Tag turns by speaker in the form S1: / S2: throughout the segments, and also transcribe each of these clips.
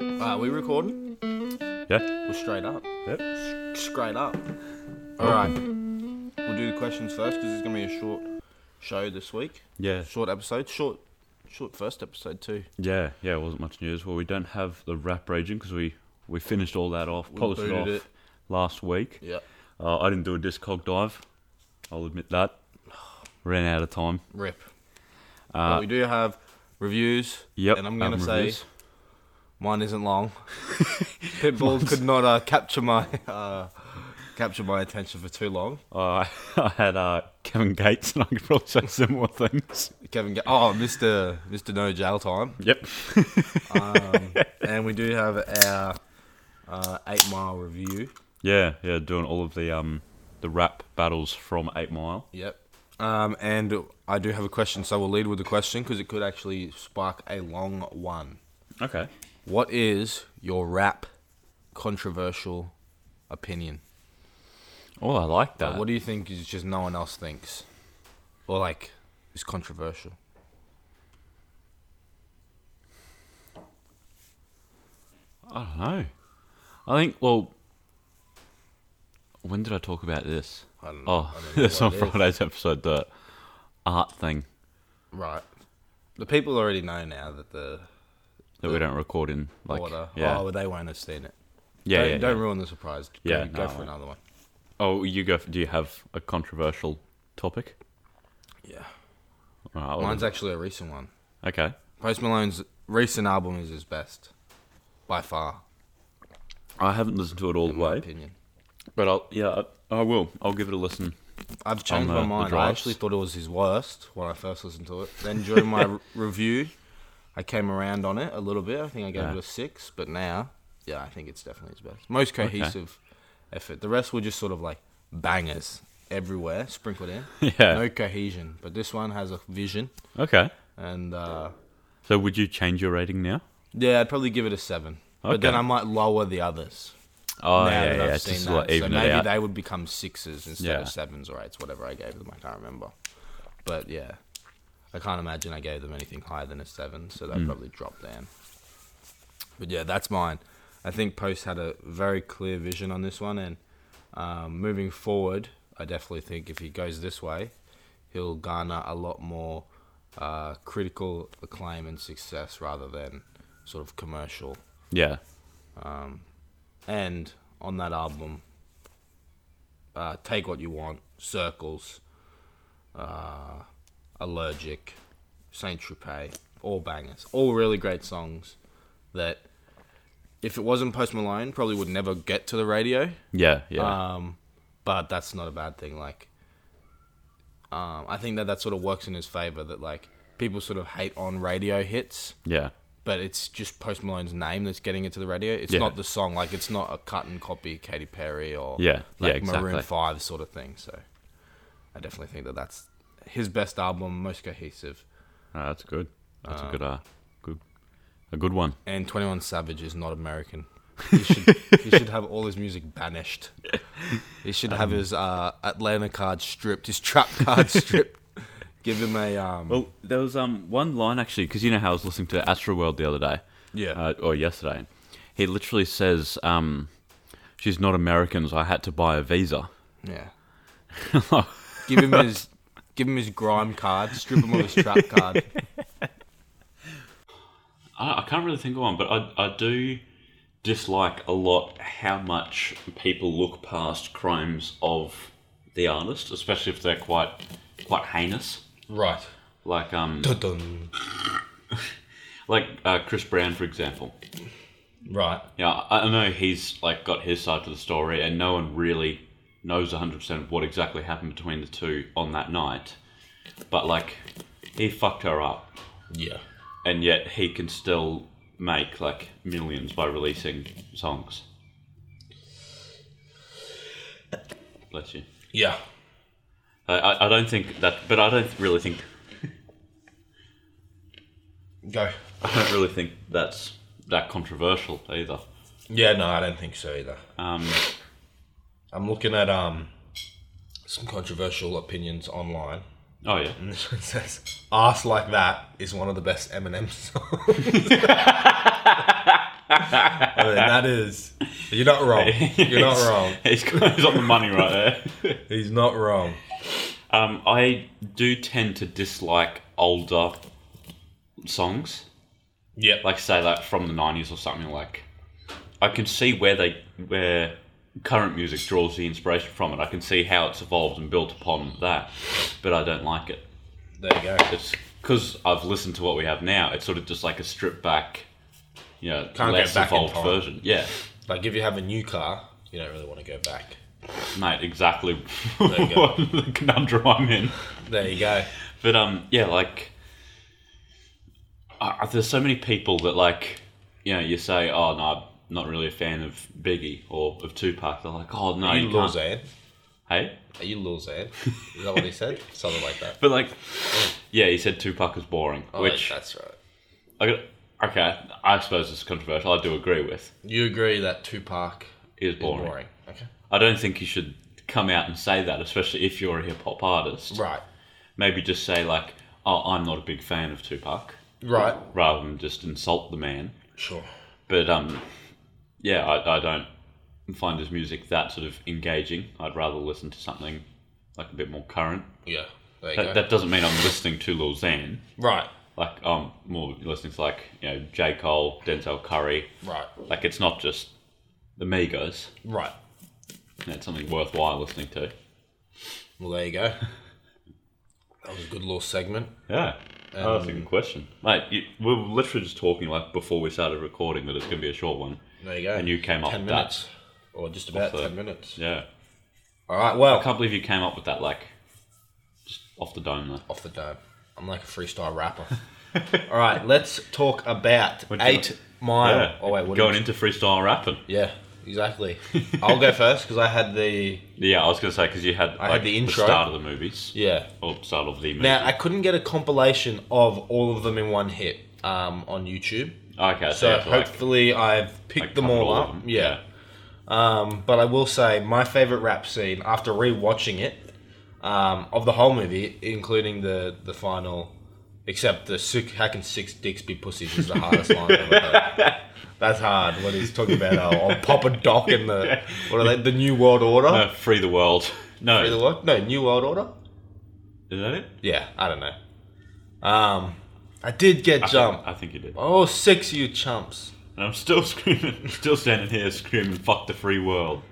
S1: Wow, we recording?
S2: Yeah.
S1: We're straight up.
S2: yeah.
S1: Straight up. All right. We'll do the questions first because it's gonna be a short show this week.
S2: Yeah.
S1: Short episode. Short, short first episode too.
S2: Yeah. Yeah. It wasn't much news. Well, we don't have the rap region because we we finished all that off, polished it off
S1: booted it.
S2: last week.
S1: Yeah.
S2: Uh, I didn't do a discog dive. I'll admit that. Ran out of time.
S1: Rip. but we do have reviews.
S2: Uh, Yep.
S1: And I'm gonna
S2: album
S1: say
S2: reviews.
S1: mine isn't long. Pitbull could not uh, capture my uh, capture my attention for too long.
S2: Uh, I had uh, Kevin Gates, and I could probably say similar things.
S1: Kevin. Ga- oh, Mr. Mr. No Jail Time.
S2: Yep.
S1: and we do have our uh, eight mile review.
S2: Yeah. Yeah. Doing all of the um the rap battles from Eight Mile.
S1: Yep. Um, and I do have a question, so we'll lead with the question because it could actually spark a long one.
S2: Okay.
S1: What is your rap controversial opinion?
S2: Oh, I like that.
S1: what do you think is just no one else thinks, or like is controversial?
S2: I don't know. I think. Well, when did I talk about this?
S1: I don't know.
S2: Oh,
S1: I don't know
S2: that's on
S1: what it is.
S2: Friday's episode. The art thing
S1: Right. The people already know now that the
S2: that we don't record in. Like,
S1: order.
S2: yeah,
S1: Oh, well, they won't have seen it.
S2: yeah,
S1: don't,
S2: yeah,
S1: don't
S2: yeah.
S1: ruin the surprise. Go,
S2: Yeah,
S1: go
S2: no,
S1: for
S2: I-
S1: another one.
S2: Oh, you go. For, do you have a controversial topic?
S1: Yeah.
S2: All right, well,
S1: Mine's actually a recent one.
S2: okay.
S1: Post Malone's recent album is his best, by far,
S2: I haven't listened to it all the
S1: in my
S2: way,
S1: opinion.
S2: but I'll yeah, I, I will. I'll give it a listen.
S1: I've changed
S2: the-
S1: my
S2: the
S1: mind. I
S2: drives.
S1: actually thought it was his worst when I first listened to it. Then during my re- review, I came around on it a little bit. I think I gave
S2: Yeah.
S1: it a six, but now, yeah, I think it's definitely his best. Most cohesive effort. The rest were just sort of like bangers everywhere, sprinkled in.
S2: yeah.
S1: No cohesion, but this one has a vision,
S2: Okay.
S1: and uh,
S2: So would you change your rating now?
S1: yeah, I'd probably give it a seven. But then
S2: Okay.
S1: I might lower the others.
S2: Oh
S1: now
S2: yeah,
S1: that I've
S2: yeah.
S1: seen
S2: Just
S1: that.
S2: like even
S1: so
S2: it
S1: maybe
S2: out.
S1: they would become sixes instead
S2: Yeah.
S1: of sevens or eights, whatever I gave them. I can't remember. But yeah, I can't imagine I gave them anything higher than a seven, so
S2: Mm.
S1: they probably dropped down. But yeah, that's mine. I think Post had a very clear vision on this one, and um, moving forward, I definitely think if he goes this way, he'll garner a lot more uh, critical acclaim and success rather than sort of commercial
S2: Yeah.
S1: and on that album, uh, Take What You Want, Circles, uh, Allergic, Saint Tropez, all bangers, all really great songs that if it wasn't Post Malone, probably would never get to the radio.
S2: Yeah. Yeah.
S1: Um, but that's not a bad thing. Like, um, I think that that sort of works in his favor that, like, people sort of hate on radio hits
S2: yeah.
S1: but it's just Post Malone's name that's getting it to the radio. It's
S2: Yeah.
S1: not the song. Like it's not a cut and copy Katy Perry or
S2: Yeah, yeah,
S1: like Maroon
S2: exactly.
S1: Five sort of thing. So I definitely think that that's his best album, most cohesive.
S2: Ah, that's good. That's a good, uh, good, a good one.
S1: And Twenty One Savage is not American. He should he should have all his music banished. He should have
S2: Um,
S1: his uh, Atlanta card stripped, his trap card stripped. Give him a um.
S2: Well, there was um one line actually because you know how I was listening to Astro World the other day,
S1: Yeah.
S2: uh, or yesterday. He literally says, um, "She's not American, so I had to buy a visa."
S1: Yeah. give him his give him his grime card. Strip him of his trap card.
S2: I, I can't really think of one, but I I do dislike a lot how much people look past crimes of the artist, especially if they're quite quite heinous.
S1: Right.
S2: Like um
S1: Dun-dun.
S2: like uh, Chris Brown for example.
S1: Right.
S2: Yeah, I I know he's like got his side to the story, and no one really knows hundred percent of what exactly happened between the two on that night. But like, he fucked her up,
S1: Yeah.
S2: and yet he can still make like millions by releasing songs. Bless you.
S1: Yeah.
S2: I, I, I don't think that, but I don't really think
S1: Go.
S2: I don't really think that's that controversial either.
S1: Yeah, no, I don't think so either.
S2: Um,
S1: I'm looking at um some controversial opinions online.
S2: oh yeah.
S1: And this one says, "Ass like that is one of the best Eminem songs."
S3: I mean, that is. You're not wrong. You're not
S2: He's-
S3: wrong.
S2: He's, he's on the money right there.
S3: He's not wrong.
S2: Um, I do tend to dislike older songs,
S3: Yep.
S2: like say like from the nineties or something. Like, I can see where they where current music draws the inspiration from it. I can see how it's evolved and built upon that, but I don't like it.
S3: There you go.
S2: It's because I've listened to what we have now. It's sort of just like a stripped back, you know,
S3: Can't get
S2: less
S3: back in
S2: evolved
S3: time.
S2: version. Yeah,
S3: Like if you have a new car, you don't really want to go back.
S2: mate, exactly.
S3: you go.
S2: what the conundrum I'm in.
S3: There you go.
S2: But um, yeah, like I I- there's so many people that like, you know, you say, oh no, I'm not really a fan of Biggie or of Tupac. They're like, oh no,
S3: Are
S2: you,
S3: you Lil
S2: can't.
S3: Xan?
S2: Hey,
S3: Are you Lil Xan? Is that what he said? Something like that.
S2: but like, yeah, he said Tupac is boring,
S3: Oh,
S2: which
S3: that's right.
S2: I got, okay, I suppose it's controversial. I do agree with.
S3: You agree that Tupac
S2: He is
S3: is boring.
S2: boring.
S3: Okay.
S2: I don't think you should come out and say that, especially if you're a hip hop artist.
S3: Right.
S2: Maybe just say like, oh, I'm not a big fan of Tupac,
S3: Right.
S2: rather than just insult the man.
S3: Sure.
S2: but um, yeah, I, I don't find his music that sort of engaging. I'd rather listen to something like a bit more current.
S3: Yeah. There you go.
S2: That, that doesn't mean I'm listening to Lil Xan.
S3: right.
S2: Like I'm more listening to like you know J Cole, Denzel Curry.
S3: Right.
S2: Like it's not just the Migos.
S3: Right.
S2: It's something worthwhile listening to.
S3: Well, there you go. That was a good little segment.
S2: Yeah. Oh, that's a good question, mate. You, we were literally just talking like before we started recording that it's going to be a short one.
S3: There you go.
S2: And you came up
S3: ten
S2: with that.
S3: minutes, or just about
S2: Off the-
S3: ten minutes.
S2: Yeah,
S3: All right.
S2: I
S3: Well,
S2: can't believe you came up with that like just off the dome though.
S3: off the dome. I'm like a freestyle rapper. All right. Let's talk about
S2: What do you-
S3: eight mile.
S2: Yeah.
S3: Oh wait, what
S2: going
S3: did-
S2: into freestyle rapping.
S3: Yeah, exactly. I'll go first because I had the
S2: Yeah, I was going to say because you had
S3: had
S2: like,
S3: the intro.
S2: start of the movies.
S3: yeah.
S2: Or start of the movie.
S3: Now I couldn't get a compilation of all of them in one hit um, on YouTube.
S2: okay, so,
S3: So
S2: you have to, like,
S3: hopefully I've picked
S2: like,
S3: them
S2: cover
S3: all
S2: all of
S3: up.
S2: them.
S3: Yeah. Um, but I will say my favorite rap scene after rewatching it um, of the whole movie, including the the final, except the sick, how can six dicks be pussies is the hardest line. I've ever heard. That's hard. What he's talking about? I'll, I'll pop a doc in the what are they? The New World Order.
S2: no, uh, free the world. No,
S3: Free the world? No, New World Order.
S2: is that it?
S3: Yeah, I don't know. Um, I did get jumped.
S2: I think you did.
S3: Oh, six you chumps.
S2: And I'm still screaming, still standing here screaming, "Fuck the free world."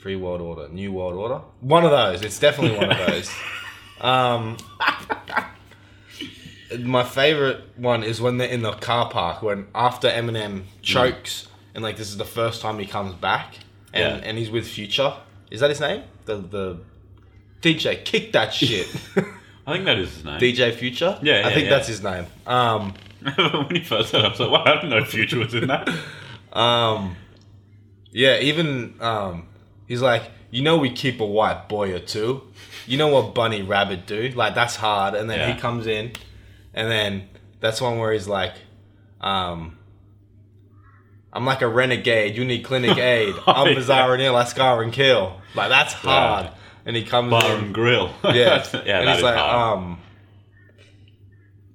S3: Free World Order, New World Order. One of those. It's definitely one of those. Um, my favorite one is when they're in the car park when after Eminem chokes and like this is the first time he comes back and,
S2: Yeah.
S3: and he's with Future. Is that his name? The the DJ kick that shit.
S2: I think that is his name.
S3: DJ Future.
S2: Yeah, yeah,
S3: I think
S2: yeah.
S3: that's his name. Um,
S2: when he first said, it, I was like, "Wow, I didn't know Future was in that."
S3: Um, yeah, even um, he's like, you know, we keep a white boy or two. You know what Bunny Rabbit do? Like that's hard. And then
S2: Yeah.
S3: he comes in, and then that's one where he's like, um, I'm like a renegade. You need clinic aid.
S2: Oh,
S3: I'm
S2: yeah.
S3: bizarre and ill. I scar and kill. Like that's hard.
S2: Yeah.
S3: And he comes
S2: Bar
S3: in.
S2: and grill.
S3: Yeah,
S2: yeah,
S3: and
S2: that
S3: he's
S2: is
S3: like,
S2: hard.
S3: um,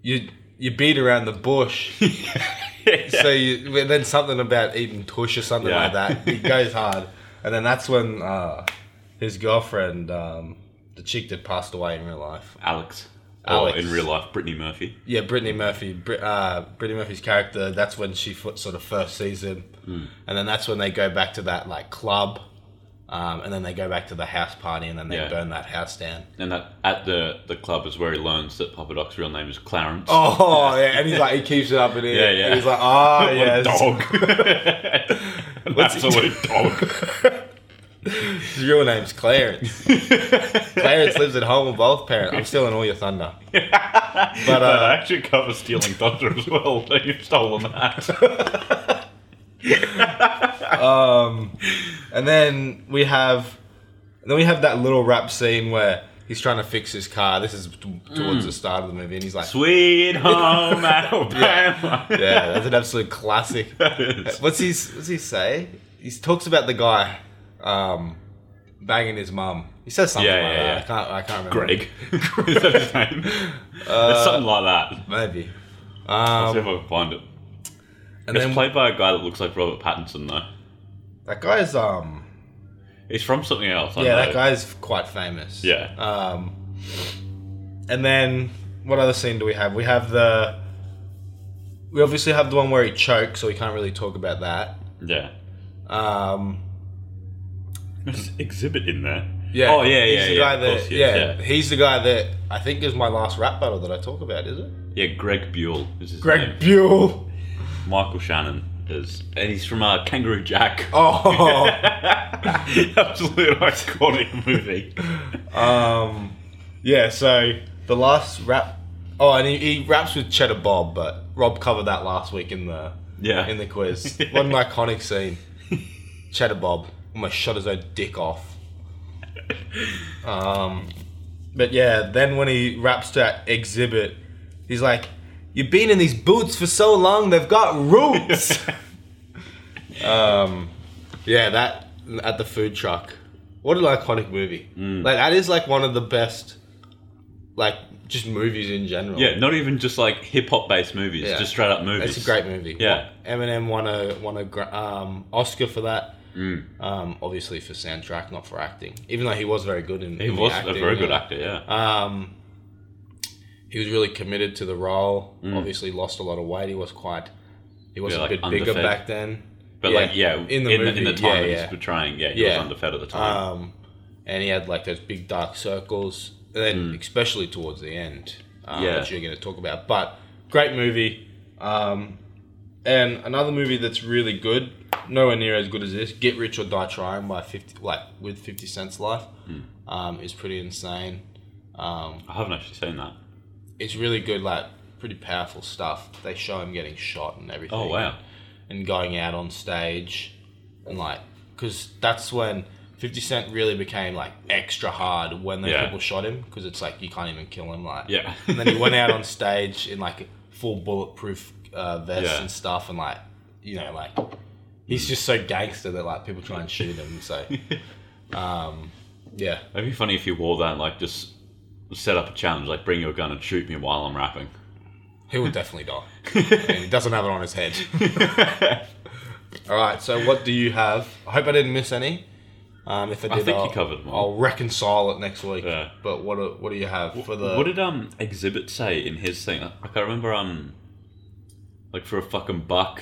S3: you you beat around the bush. So you well, then something about eating tush or something
S2: Yeah.
S3: like that. He goes hard, and then that's when uh, his girlfriend, um, the chick that passed away in real life,
S2: Alex.
S3: Alex.
S2: Or in real life, Brittany Murphy.
S3: yeah, Brittany Murphy, Brit, uh, Brittany Murphy's character. That's when she fo- sort of first sees him,
S2: Hmm.
S3: and then that's when they go back to that like club, um, and then they go back to the house party, and then they
S2: Yeah.
S3: burn that house down.
S2: And that at the the club is where he learns that Papa Doc's real name is Clarence.
S3: Oh yeah, and he's like he keeps it up in here.
S2: Yeah, yeah.
S3: And he's like, oh yeah,
S2: dog.
S3: What's
S2: That's
S3: he-
S2: a dog.
S3: His real name's Clarence. Clarence lives at home with both parents. I'm stealing all your thunder. But
S2: I
S3: uh,
S2: actually cover stealing thunder as well. so You've stolen that.
S3: and then we have, then we have that little rap scene where he's trying to fix his car. This is t- towards
S2: Mm.
S3: the start of the movie, and he's like,
S2: Sweet home Alabama.
S3: "Yeah, that's an absolute classic."
S2: That is.
S3: What's he? What's he say? He talks about the guy, um, banging his mum. He says something
S2: Yeah,
S3: like
S2: yeah,
S3: that.
S2: yeah.
S3: I can't. I can't remember.
S2: Greg. is that his
S3: Uh,
S2: name? it's something like that.
S3: Maybe.
S2: I'll see if I can find it.
S3: And
S2: it's
S3: um, then
S2: played by a guy that looks like Robert Pattinson, though.
S3: that guy's um
S2: He's from something else. I
S3: yeah,
S2: know.
S3: that guy's quite famous.
S2: Yeah.
S3: Um, and then what other scene do we have? We have the we obviously have the one where he chokes, so we can't really talk about that.
S2: Yeah.
S3: Um,
S2: There's exhibit in there.
S3: yeah.
S2: Oh yeah, yeah,
S3: he's the
S2: yeah.
S3: guy
S2: of
S3: that,
S2: course he is,
S3: yeah,
S2: yeah.
S3: he's the guy that I think is my last rap battle that I talk about. Is it?
S2: Yeah, Greg Buell is his name.
S3: Greg Buell.
S2: Michael Shannon is, and he's from uh, Kangaroo Jack.
S3: Oh.
S2: Absolute iconic movie.
S3: um, yeah. So the last rap. Oh, and he, he raps with Cheddar Bob, but Rob covered that last week in the
S2: Yeah.
S3: in the quiz. what an iconic scene. Cheddar Bob almost shot his own dick off. Um, but yeah, then when he raps to that exhibit, he's like, You've been in these boots for so long, they've got roots. um, yeah, that at the food truck. What an iconic movie. Like, that is like one of the best, like, just movies in general.
S2: yeah, not even just like hip hop based movies,
S3: Yeah.
S2: just straight up movies.
S3: It's a great movie.
S2: Yeah.
S3: Eminem won a won a gra- um, Oscar for that.
S2: Mm.
S3: Um, obviously for soundtrack, not for acting. Even though he was very good in.
S2: He
S3: in the
S2: was
S3: acting,
S2: a very
S3: yeah.
S2: good actor. Yeah.
S3: Um, he was really committed to the role. Obviously, lost a lot of weight. He was quite. He was
S2: Mm. Yeah,
S3: a
S2: like
S3: bit bigger
S2: underfed.
S3: back then.
S2: But like, yeah,
S3: in the movie,
S2: in the time
S3: yeah,
S2: that
S3: yeah.
S2: he's portraying, yeah, he
S3: Yeah.
S2: was underfed at the time.
S3: Um, and he had like those big dark circles, and then especially towards the end, um,
S2: Hmm. Yeah.
S3: which you're going to talk about. But great movie, um, and another movie that's really good, nowhere near as good as this. Get Rich or Die Trying by fifty, like with Fifty Cent's Life,
S2: Hmm.
S3: um, is pretty insane. Um,
S2: I haven't actually seen that.
S3: it's really good, like pretty powerful stuff. They show him getting shot and everything
S2: Oh wow.
S3: and going out on stage and like because that's when 50 cent really became like extra hard when those
S2: Yeah.
S3: people shot him because it's like you can't even kill him like
S2: Yeah.
S3: and then he went out on stage in like a full bulletproof uh, vest
S2: Yeah. Mm.
S3: and stuff and like you know like he's just so gangster that like people try and shoot him so um yeah
S2: It'd be funny if you wore that, and, like just set up a challenge, like bring your gun and shoot me while I'm rapping.
S3: he would definitely die and he doesn't have it on his head all right so what do you have i hope i didn't miss any um, if I did,
S2: think you
S3: I'll,
S2: covered them all.
S3: I'll reconcile it next week.
S2: Yeah.
S3: But what do, what do you have for the?
S2: what did um exhibit say in his thing? Like, I remember um, like for a fucking buck,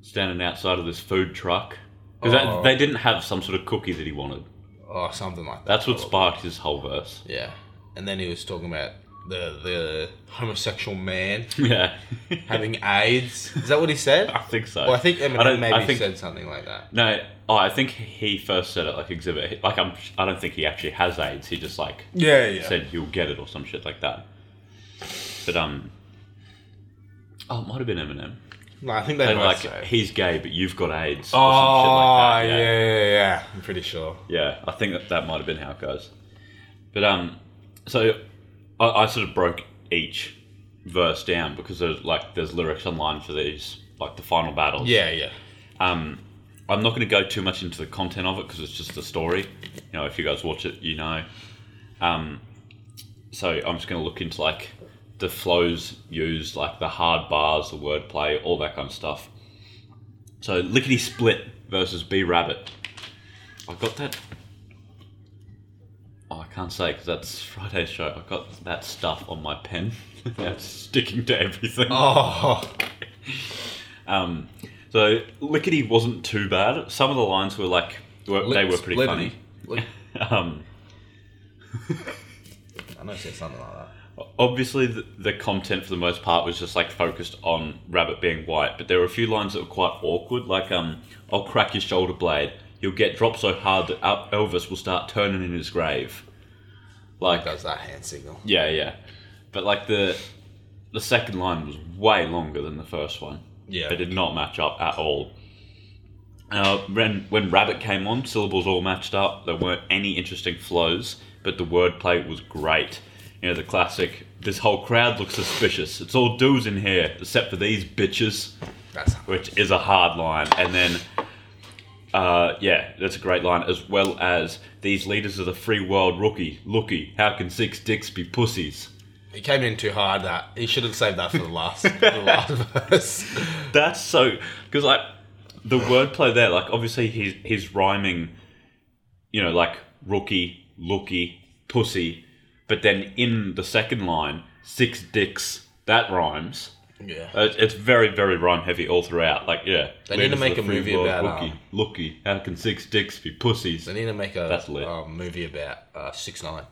S2: standing outside of this food truck because
S3: Oh.
S2: they didn't have some sort of cookie that he wanted.
S3: oh, something like that.
S2: That's what sparked his whole verse.
S3: Yeah. And then he was talking about the the homosexual man
S2: Yeah,
S3: having AIDS. Is that what he said?
S2: I think so.
S3: Well, I think Eminem
S2: don't-
S3: maybe
S2: I think-
S3: said something like that.
S2: No, oh, I think he first said it like exhibit. Like I'm, I don't think he actually has AIDS. He just like
S3: Yeah, yeah.
S2: said you'll get it or some shit like that. But um, oh, it might have been Eminem.
S3: no, I think they
S2: And
S3: both
S2: like
S3: said.
S2: he's gay, but you've got AIDS.
S3: oh,
S2: or some shit like that.
S3: yeah. yeah, yeah, yeah. I'm pretty sure.
S2: Yeah, I think that, that might have been how it goes. But um, so I, I sort of broke each verse down because there's like there's lyrics online for these like the final battles.
S3: Yeah, yeah.
S2: Um, I'm not going to go too much into the content of it because it's just a story. You know, if you guys watch it, you know. Um, so I'm just going to look into like the flows used, like the hard bars, the wordplay, all that kind of stuff. So Lickety Split versus B Rabbit. I got that. Oh, I can't say because that's Friday's show. I got that stuff on my pen. that's sticking to everything.
S3: Oh,
S2: Um, so Lickety wasn't too bad. Some of the lines were like were, they were pretty
S3: Splitty.
S2: funny.
S3: Look,
S2: Um,
S3: I know he said something like that.
S2: obviously, the, the content for the most part was just like focused on Rabbit being white, but there were a few lines that were quite awkward. Like, um, "I'll crack your shoulder blade. You'll get dropped so hard that Al- Elvis will start turning in his grave." Like,
S3: Does that hand signal?
S2: yeah, yeah, but like the the second line was way longer than the first one.
S3: Yeah.
S2: They did not match up at all. Uh, when, when Rabbit came on, syllables all matched up. There weren't any interesting flows, but the wordplay was great. You know, the classic, this whole crowd looks suspicious. It's all dudes in here, except for these bitches,
S3: That's
S2: which is a hard line. And then, uh, yeah, that's a great line, as well as these leaders of the free world rookie, looky, how can six dicks be pussies?
S3: He came in too hard. That he should have saved that for the last, for the last verse.
S2: That's so because like the wordplay there, like obviously he's he's rhyming, you know, like rookie, looky, pussy, but then in the second line, six dicks. That rhymes.
S3: Yeah.
S2: Uh, It's, it's very very rhyme heavy all throughout. Like yeah,
S3: They need to make a movie about,
S2: looky,
S3: um,
S2: looky. How can six dicks be pussies?
S3: They need to make a
S2: That's lit.
S3: um, movie about uh, six nine.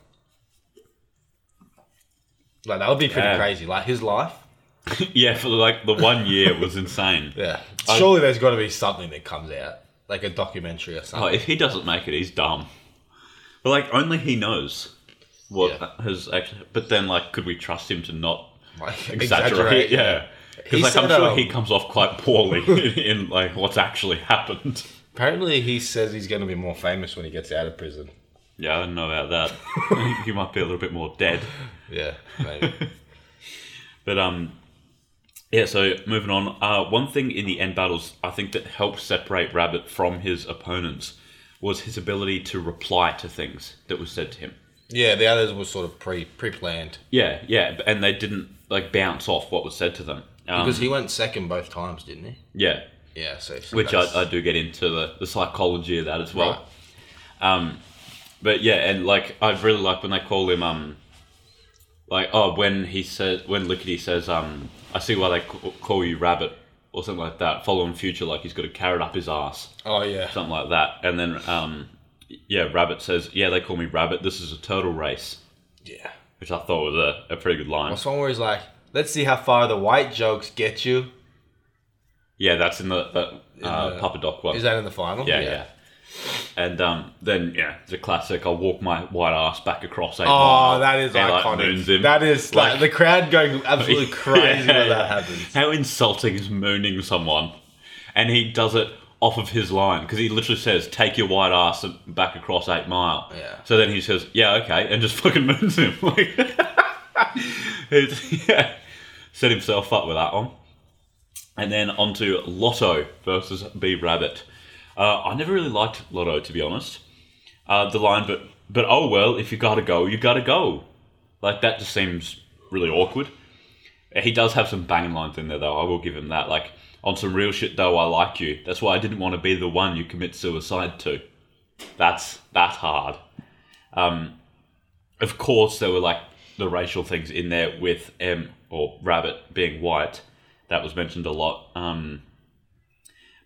S3: Like that would be pretty
S2: Yeah.
S3: crazy. Like his life.
S2: yeah, for like the one year was insane.
S3: Yeah. Surely there's got to be something that comes out, like a documentary or
S2: Oh,
S3: something.
S2: if he doesn't make it, he's dumb. But like, only he knows what
S3: Yeah.
S2: has actually. But then, like, could we trust him to not
S3: Like
S2: exaggerate? Oh, Yeah, because
S3: He
S2: like, I'm
S3: said,
S2: sure
S3: um,
S2: he comes off quite poorly in, in like what's actually happened.
S3: Apparently, he says he's going to be more famous when he gets out of prison.
S2: Yeah, I don't know about that. I think he might be a little bit more dead.
S3: Yeah, maybe.
S2: But um, yeah. So moving on. Uh, one thing in the end battles, I think that helped separate Rabbit from his opponents was his ability to reply to things that was said to him.
S3: yeah, the others were sort of pre pre planned
S2: Yeah, yeah, b- and they didn't like bounce off what was said to them. Um,
S3: because he went second both times, didn't he?
S2: yeah,
S3: Yeah, so, so
S2: which I,
S3: that's-
S2: I do get into the, the psychology of that as well. Um, but yeah, and like I really like when they call him um, like oh when he says when Lickety says um, I see why they c- call you Rabbit or something like that. Following future, like he's got a carrot up his ass,
S3: oh yeah,
S2: something like that. And then um, yeah, Rabbit says yeah they call me Rabbit. This is a turtle race,
S3: yeah.
S2: which I thought was a, a pretty good line.
S3: That's one where he's like, "Let's see how far the white jokes get you."
S2: Yeah, that's in the, the uh,
S3: the-
S2: Papa Doc one.
S3: Is that in the final?
S2: yeah, yeah, And um, then yeah, the classic. I'll walk my white ass back across eight
S3: Oh,
S2: miles.
S3: that is
S2: He, like,
S3: iconic.
S2: moons him.
S3: that is like, the crowd going absolutely crazy
S2: Yeah, yeah.
S3: when that happens.
S2: How insulting is mooning someone, and he does it off of his line because he literally says, "Take your white ass back across eight mile."
S3: Yeah.
S2: So then he says, "Yeah, okay," and just fucking moons him. Like, it's, yeah, set himself up with that one. And then on to Lotto versus B Rabbit. Uh, I never really liked Lotto to be honest. Uh, the line, but but oh well, if you gotta go, you gotta go. Like that just seems really awkward. He does have some banging lines in there, though. I will give him that. Like, on some real shit, though, I like you. That's why I didn't want to be the one you commit suicide to. That's that hard. Um, of course, there were like the racial things in there with M or Rabbit being white. That was mentioned a lot. Um,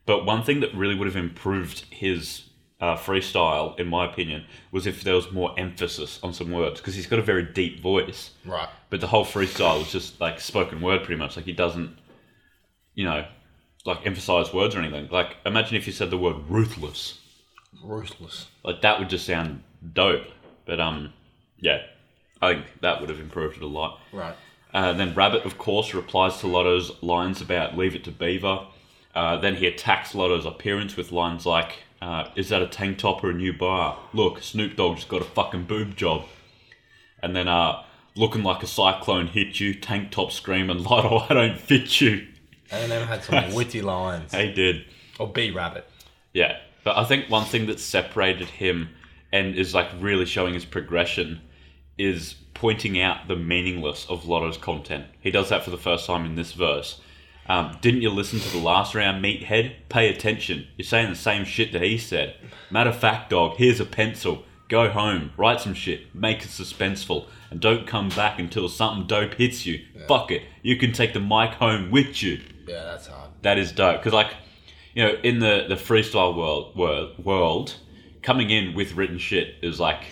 S2: but one thing that really would have improved his uh, freestyle, in my opinion, was if there was more emphasis on some words because he's got a very deep voice
S3: Right.
S2: but the whole freestyle was just like spoken word pretty much like he doesn't you know like emphasize words or anything like imagine if you said the word ruthless
S3: Ruthless.
S2: like that would just sound dope but um yeah i think that would have improved it a lot
S3: Right.
S2: uh, then rabbit of course replies to lotto's lines about leave it to beaver uh, then he attacks lotto's appearance with lines like uh, is that a tank top or a new bar look snoop dogg's got a fucking boob job and then uh looking like a cyclone hit you, tank top screaming, Lotto, I don't fit you.
S3: And then had some witty lines.
S2: He did.
S3: Or B Rabbit.
S2: Yeah. But I think one thing that separated him and is like really showing his progression is pointing out the meaningless of Lotto's content. He does that for the first time in this verse. Um, didn't you listen to the last round, meathead? Pay attention. You're saying the same shit that he said. Matter of fact, dog, here's a pencil. Go home, write some shit, make it suspenseful, and don't come back until something dope hits you. Fuck it, you can take the mic home with you
S3: Yeah, that's hard.
S2: that is dope because like you know in the the freestyle world world, world coming in with written shit is like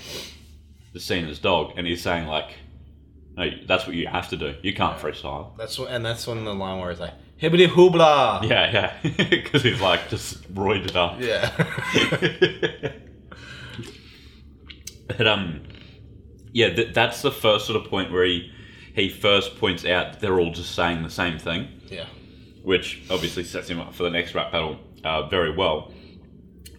S2: the scene as dog and he's saying like no that's what you have to do you can't freestyle
S3: That's what, and that's when the line where it's like hibbity hoobla.
S2: yeah yeah because he's like just roided up
S3: Yeah.
S2: But um, yeah, th- that's the first sort of point where he he first points out that they're all just saying the same thing.
S3: yeah.
S2: which obviously sets him up for the next rap battle uh, very well.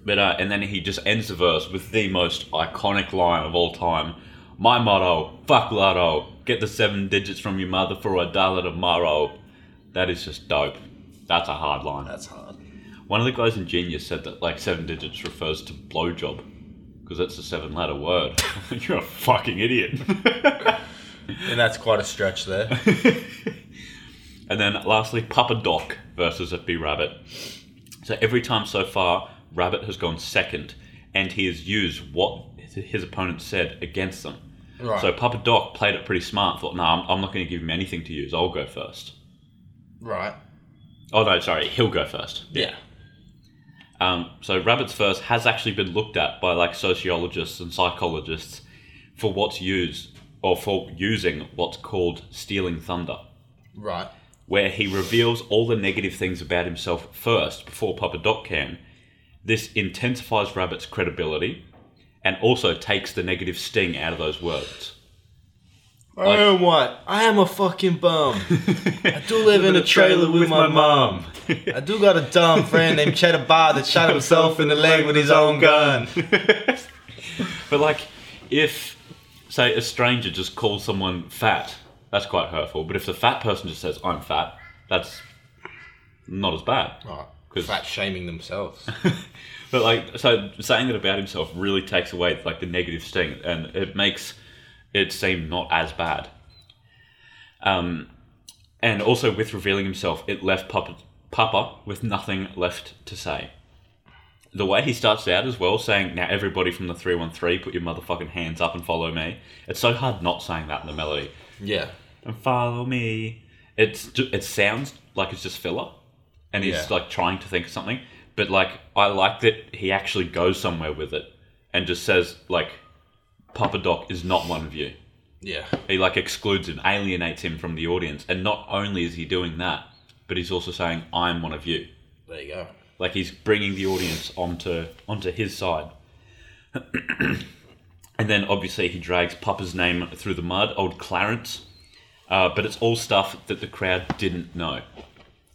S2: But uh, and then he just ends the verse with the most iconic line of all time: "My motto, fuck Lotto, get the seven digits from your mother for a dollar tomorrow." That is just dope. That's a hard line.
S3: That's hard.
S2: One of the guys in Genius said that like seven digits refers to blowjob because that's a seven-letter word. You're a fucking idiot.
S3: and that's quite a stretch there.
S2: And then lastly, Papa Doc versus a B Rabbit. So every time so far, Rabbit has gone second, and he has used what his opponent said against them.
S3: Right.
S2: So Papa Doc played it pretty smart. Thought, no, I'm, I'm not going to give him anything to use. I'll go first.
S3: right.
S2: Oh no, sorry, he'll go first.
S3: Yeah.
S2: Um, so Rabbit's First has actually been looked at by like sociologists and psychologists for what's used or for using what's called stealing thunder,
S3: Right.
S2: where he reveals all the negative things about himself first before Papa Doc can. This intensifies Rabbit's credibility and also takes the negative sting out of those words.
S3: I am what? I am a fucking bum. I do live in a trailer with my mom. I do got a dumb friend named Cheddar Bob that shot himself in the leg with his own gun.
S2: But like, if say a stranger just calls someone fat, that's quite hurtful. But if the fat person just says "I'm fat," that's not as bad.
S3: Right.
S2: 'Cause-
S3: Fat shaming themselves.
S2: But like, so saying that about himself really takes away like the negative sting, and it makes it seem not as bad. Um, and also with revealing himself, it left Papa, Papa with nothing left to say. The way he starts out as well, saying, "Now everybody from the three one three, put your motherfucking hands up and follow me." It's so hard not saying that in the melody.
S3: Yeah.
S2: And follow me. It's ju- it sounds like it's just filler, and he's
S3: Yeah.
S2: like trying to think of something. But like I like that he actually goes somewhere with it, and just says like, "Papa Doc is not one of you."
S3: Yeah.
S2: He like excludes him, alienates him from the audience, and not only is he doing that, but he's also saying, "I'm one of you."
S3: There you go.
S2: Like he's bringing the audience onto onto his side. and then obviously he drags Papa's name through the mud, old Clarence. Uh, but it's all stuff that the crowd didn't know.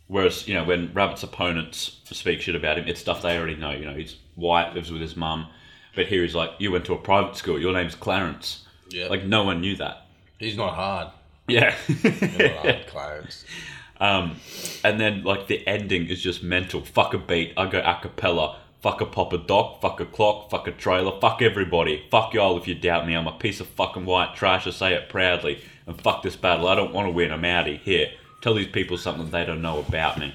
S2: Whereas you know when Rabbit's opponents speak shit about him, it's stuff they already know. You know he's white, lives with his mum, but here he's like, you went to a private school, your name's Clarence.
S3: Yeah.
S2: Like no one knew that.
S3: He's not hard.
S2: Yeah.
S3: He's not hard, Clarence.
S2: Um, and then like the ending is just mental. Fuck a beat. I go a cappella. Fuck a pop a doc. Fuck a clock. Fuck a trailer. Fuck everybody. Fuck y'all if you doubt me. I'm a piece of fucking white trash. I say it proudly. And fuck this battle. I don't want to win. I'm out of here. Tell these people something they don't know about me.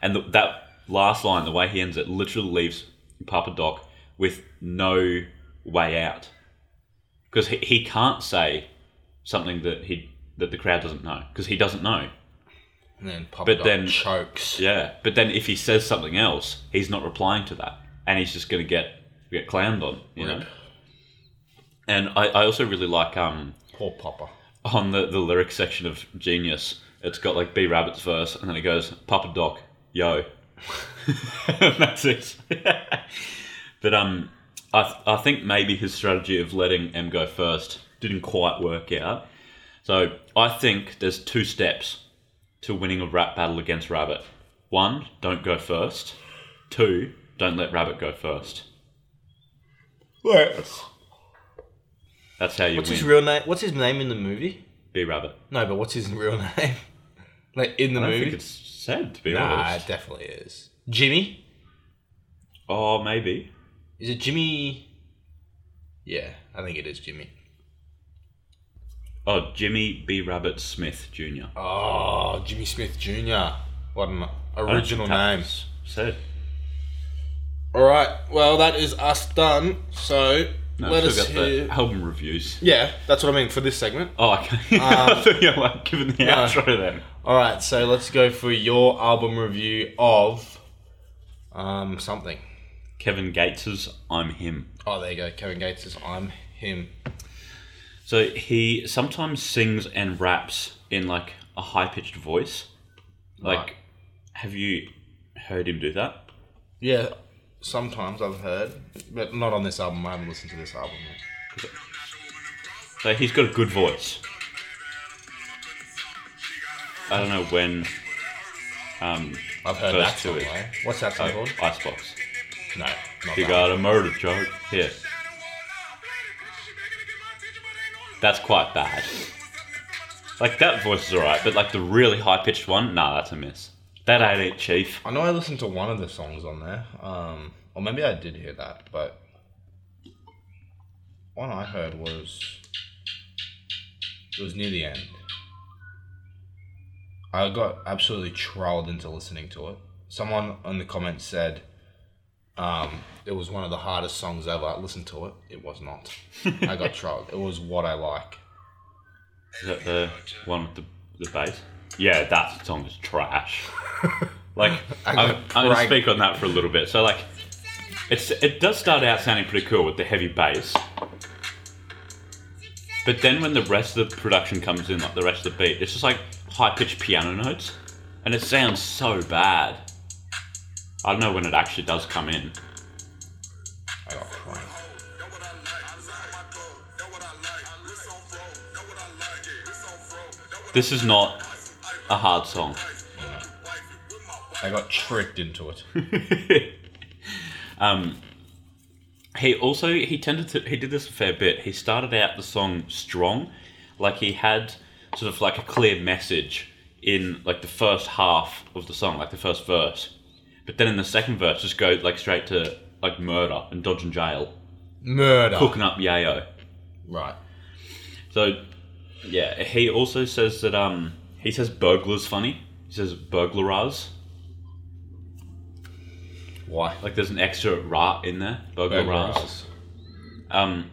S2: And the, that last line, the way he ends it, literally leaves Papa Doc with no way out because he, he can't say something that he that the crowd doesn't know because he doesn't know.
S3: And then Papa
S2: But
S3: Doc
S2: then-
S3: chokes.
S2: Yeah, but then if he says something else, he's not replying to that, and he's just going to get get clowned on, you know.
S3: Rip.
S2: And I, I also really like um
S3: Poor Papa.
S2: on the the lyric section of Genius, it's got like B Rabbit's verse, and then it goes Papa Doc, yo, that's it. but um, I th- I think maybe his strategy of letting M go first didn't quite work out. So I think there's two steps to winning a rap battle against Rabbit. One, don't go first. Two, don't let Rabbit go first. That's how you
S3: What's his
S2: win.
S3: real name? What's his name in the movie?
S2: B Rabbit.
S3: No, but what's his real name? Like in the
S2: I don't
S3: movie?
S2: think it's said to be
S3: nah, it
S2: honest.
S3: definitely is. Jimmy?
S2: Oh, maybe.
S3: Is it Jimmy? Yeah, I think it is Jimmy.
S2: Oh, Jimmy B. Rabbit Smith Jr.
S3: Oh, Jimmy Smith Jr. What an
S2: I don't
S3: original
S2: think that
S3: name.
S2: was Said.
S3: All right, well that is us done. So
S2: No, Let
S3: let us
S2: got
S3: hear.
S2: the album reviews.
S3: Yeah, that's what I mean for this segment.
S2: Oh, okay.
S3: Um,
S2: I thought you were like giving the outro then.
S3: All right, so let's go for your album review of um something.
S2: Kevin Gates's "I'm Him."
S3: Oh, there you go. Kevin Gates is I'm him.
S2: So he sometimes sings and raps in like a high pitched voice. Like,
S3: Right.
S2: have you heard him do that?
S3: Yeah, sometimes I've heard, but not on this album. I haven't listened to this album. yet.
S2: So he's got a good voice. I don't know when. Um,
S3: I've heard
S2: First
S3: that
S2: two
S3: song.
S2: is-
S3: though. What's that song
S2: oh,
S3: called?
S2: Icebox.
S3: No, not
S2: You
S3: that.
S2: got a murder charge. Here. That's quite bad. Like that voice is alright, but like the really high pitched one, nah, that's a miss. That ain't it, Chief.
S3: I know I listened to one of the songs on there, um, or maybe I did hear that, but one I heard was It was near the end. I got absolutely trolled into listening to it. Someone in the comments said um, it was one of the hardest songs ever. I listened to it. It was not. I got trolled. It was what I like.
S2: Is that the one with the, the bass? Yeah, that song is trash. like, I'm, I'm going to
S3: pranked.
S2: speak on that for a little bit. So, like, it's, it does start out sounding pretty cool with the heavy bass. But then when the rest of the production comes in, like the rest of the beat, it's just like high pitched piano notes. And it sounds so bad. I don't know when it actually does come in.
S3: I got pranked.
S2: This is not a hard song.
S3: I got tricked into it.
S2: um, he also he tended to he did this a fair bit. He started out the song strong, like he had sort of like a clear message in like the first half of the song, like the first verse. But then in the second verse, just go like straight to like murder and dodge and jail,
S3: Murder.
S2: hooking up yayo.
S3: Right.
S2: So, yeah, he also says that um he says burglars funny. He says burglarars.
S3: Why?
S2: Like there's an extra ra in there. Burglarars.
S3: Burglarized.
S2: Um,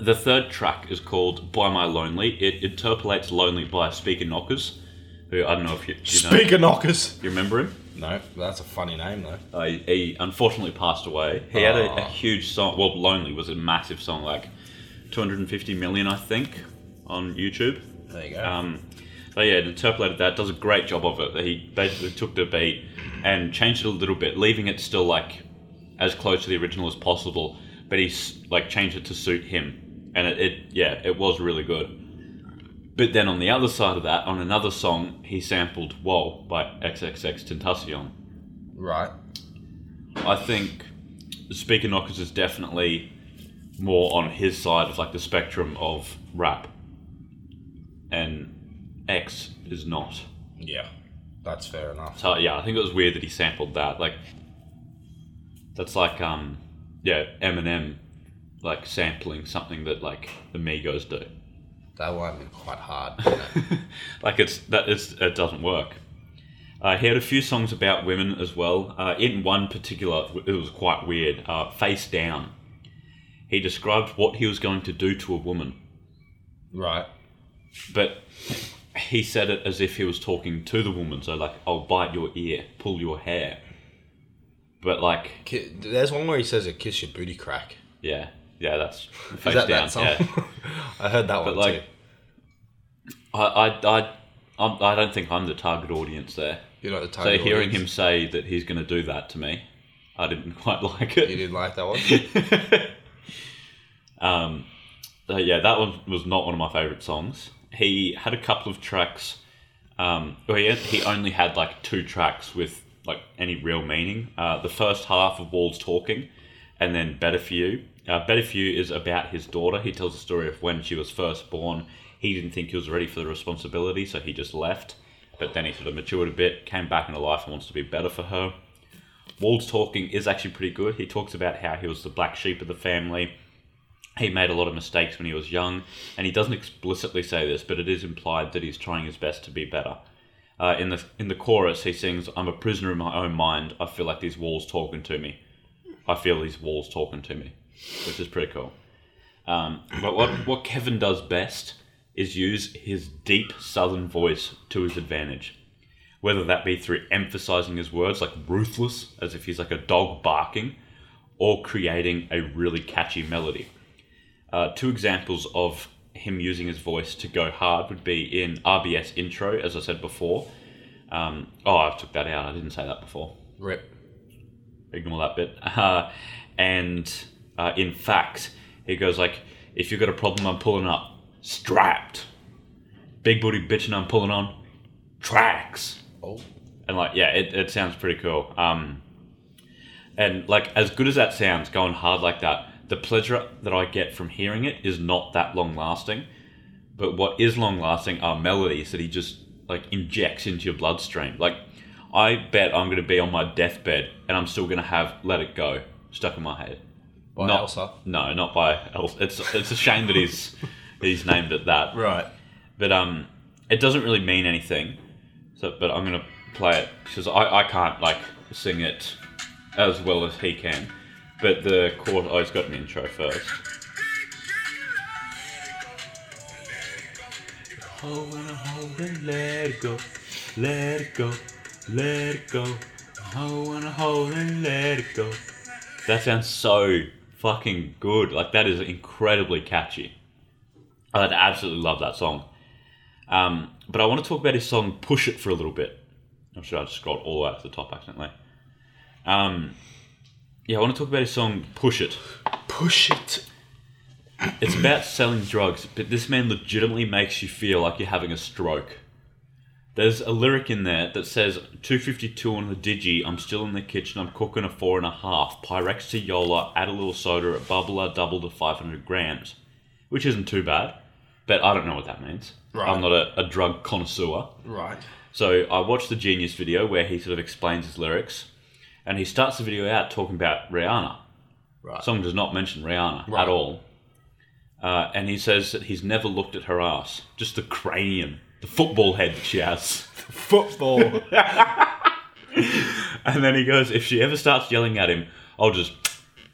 S2: the third track is called "By My Lonely." It interpolates "Lonely" by Speaker Knockers, who I don't know if you, do you know.
S3: Speaker knockers.
S2: You remember him?
S3: No, that's a funny name though.
S2: Uh, he- he unfortunately passed away. He had a, a
S3: Aw.
S2: huge song. Well, "Lonely" was a massive song, like 250 million, I think, on YouTube.
S3: There you go.
S2: Um, so yeah, it interpolated that. Does a great job of it. He basically took the beat and changed it a little bit, leaving it still like as close to the original as possible. But he s- like changed it to suit him, and it, it yeah, it was really good. But then on the other side of that, on another song, he sampled "Whoa" by XXX Tentacion.
S3: right.
S2: I think Speaker Knockers is definitely more on his side of like the spectrum of rap, and X is not.
S3: Yeah. That's fair enough.
S2: So yeah, I think it was weird that he sampled that. Like, that's like um, yeah, Eminem, like sampling something that like the Migos do.
S3: That one have been quite hard. wouldn't it?
S2: like it's that it's, it doesn't work. Uh, he had a few songs about women as well. Uh, in one particular, it was quite weird. Uh, Face down, he described what he was going to do to a woman,
S3: right.
S2: but he said it as if he was talking to the woman. So like, I'll bite your ear, pull your hair. But like,
S3: Ki- There's one where he says, "A kiss your booty crack."
S2: yeah, yeah, that's face
S3: Is that
S2: down.
S3: that song?
S2: Yeah.
S3: I heard that
S2: But
S3: one
S2: like,
S3: too.
S2: I, I, I, I'm- I don't think I'm the target audience there.
S3: You're not the
S2: So
S3: target
S2: hearing
S3: audience.
S2: him say that he's going to do that to me, I didn't quite like
S3: you
S2: it.
S3: didn't like that one.
S2: um, so yeah, that one was not one of my favorite songs. He had a couple of tracks. Um, well, he, he only had like two tracks with like any real meaning. Uh, the first half of Walls Talking, and then Better for You. Uh, Better for You is about his daughter. He tells the story of when she was first born. He didn't think he was ready for the responsibility, so he just left. But then he sort of matured a bit, came back into life, and wants to be better for her. Wald's talking is actually pretty good. He talks about how he was the black sheep of the family. He made a lot of mistakes when he was young, and he doesn't explicitly say this, but it is implied that he's trying his best to be better. Uh, in the in the chorus, he sings, "I'm a prisoner in my own mind. I feel like these walls talking to me. I feel these walls talking to me," which is pretty cool. Um, but what what Kevin does best is use his deep southern voice to his advantage whether that be through emphasizing his words like ruthless, as if he's like a dog barking, or creating a really catchy melody. Uh, two examples of him using his voice to go hard would be in RBS intro, as I said before. Um, oh, I took that out. I didn't say that before.
S3: Rip.
S2: Ignore that bit. Uh, and uh, in fact, he goes like, "If you've got a problem, I'm pulling up, strapped, big booty bitchin', I'm pulling on, tracks."
S3: Oh,
S2: and like yeah it, it sounds pretty cool um and like as good as that sounds going hard like that the pleasure that i get from hearing it is not that long lasting but what is long lasting are melodies that he just like injects into your bloodstream like i bet i'm going to be on my deathbed and i'm still going to have let it go stuck in my head
S3: by
S2: not
S3: Elsa.
S2: no not by Elsa. it's it's a shame that he's he's named it that
S3: Right.
S2: But um, it doesn't really mean anything. So, but I'm gonna play it because I, I can't like sing it as well as he can. But the chord oh, he's got an intro first. Hold and hold and let it go, let it go, let it go. Hold and hold and let it go. That sounds so fucking good. Like that is incredibly catchy. I'd absolutely love that song. Um, but I want to talk about his song "Push It" for a little bit. Or should I just scroll all the way up to the top accidentally? Um, yeah, I want to talk about his song "Push It."
S3: Push it.
S2: It's about selling drugs, but this man legitimately makes you feel like you're having a stroke. There's a lyric in there that says 252 on the digi, I'm still in the kitchen, I'm cooking a four and a half, Pyrex to Yola, add a little soda, a bubbler, double to 500 grams, which isn't too bad, but I don't know what that means.
S3: Right.
S2: I'm not a, a drug connoisseur.
S3: Right.
S2: So I watched the Genius video where he sort of explains his lyrics, and he starts the video out talking about Rihanna.
S3: Right.
S2: Song does not mention Rihanna
S3: Right.
S2: at all, uh, and he says that he's never looked at her ass, just the cranium, the football head that she has.
S3: Football.
S2: And then he goes, if she ever starts yelling at him, I'll just,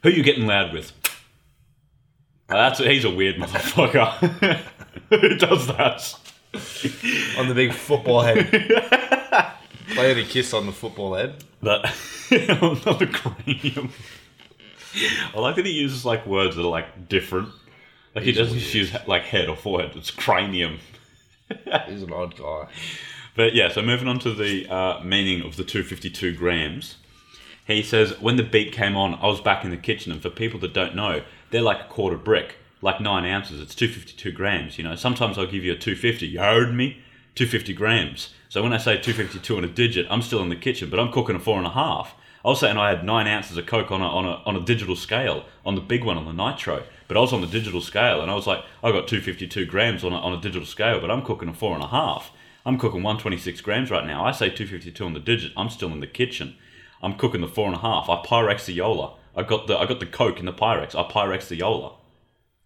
S2: who you getting loud with? Now That's he's a weird motherfucker. who does that?
S3: on the big football head. Play the kiss on the football head.
S2: But not the cranium. I like that he uses like words that are like different. Like he doesn't just use like head or forehead. It's cranium.
S3: He's an odd guy.
S2: But yeah, so moving on to the uh, meaning of the 252 grams. He says, when the beat came on, I was back in the kitchen, and for people that don't know, they're like a quarter brick, like nine ounces. It's 252 grams, you know. Sometimes I'll give you a 250. You heard me? 250 grams. So when I say 252 on a digit, I'm still in the kitchen, but I'm cooking a four and a half. I was saying I had nine ounces of Coke on a, on, a, on a digital scale, on the big one, on the nitro. But I was on the digital scale, and I was like, I got 252 grams on a, on a digital scale, but I'm cooking a four and a half. I'm cooking 126 grams right now. I say 252 on the digit. I'm still in the kitchen. I'm cooking the four and a half. I pyrex the Yola. I got the I got the Coke in the Pyrex. I pyrex the Yola.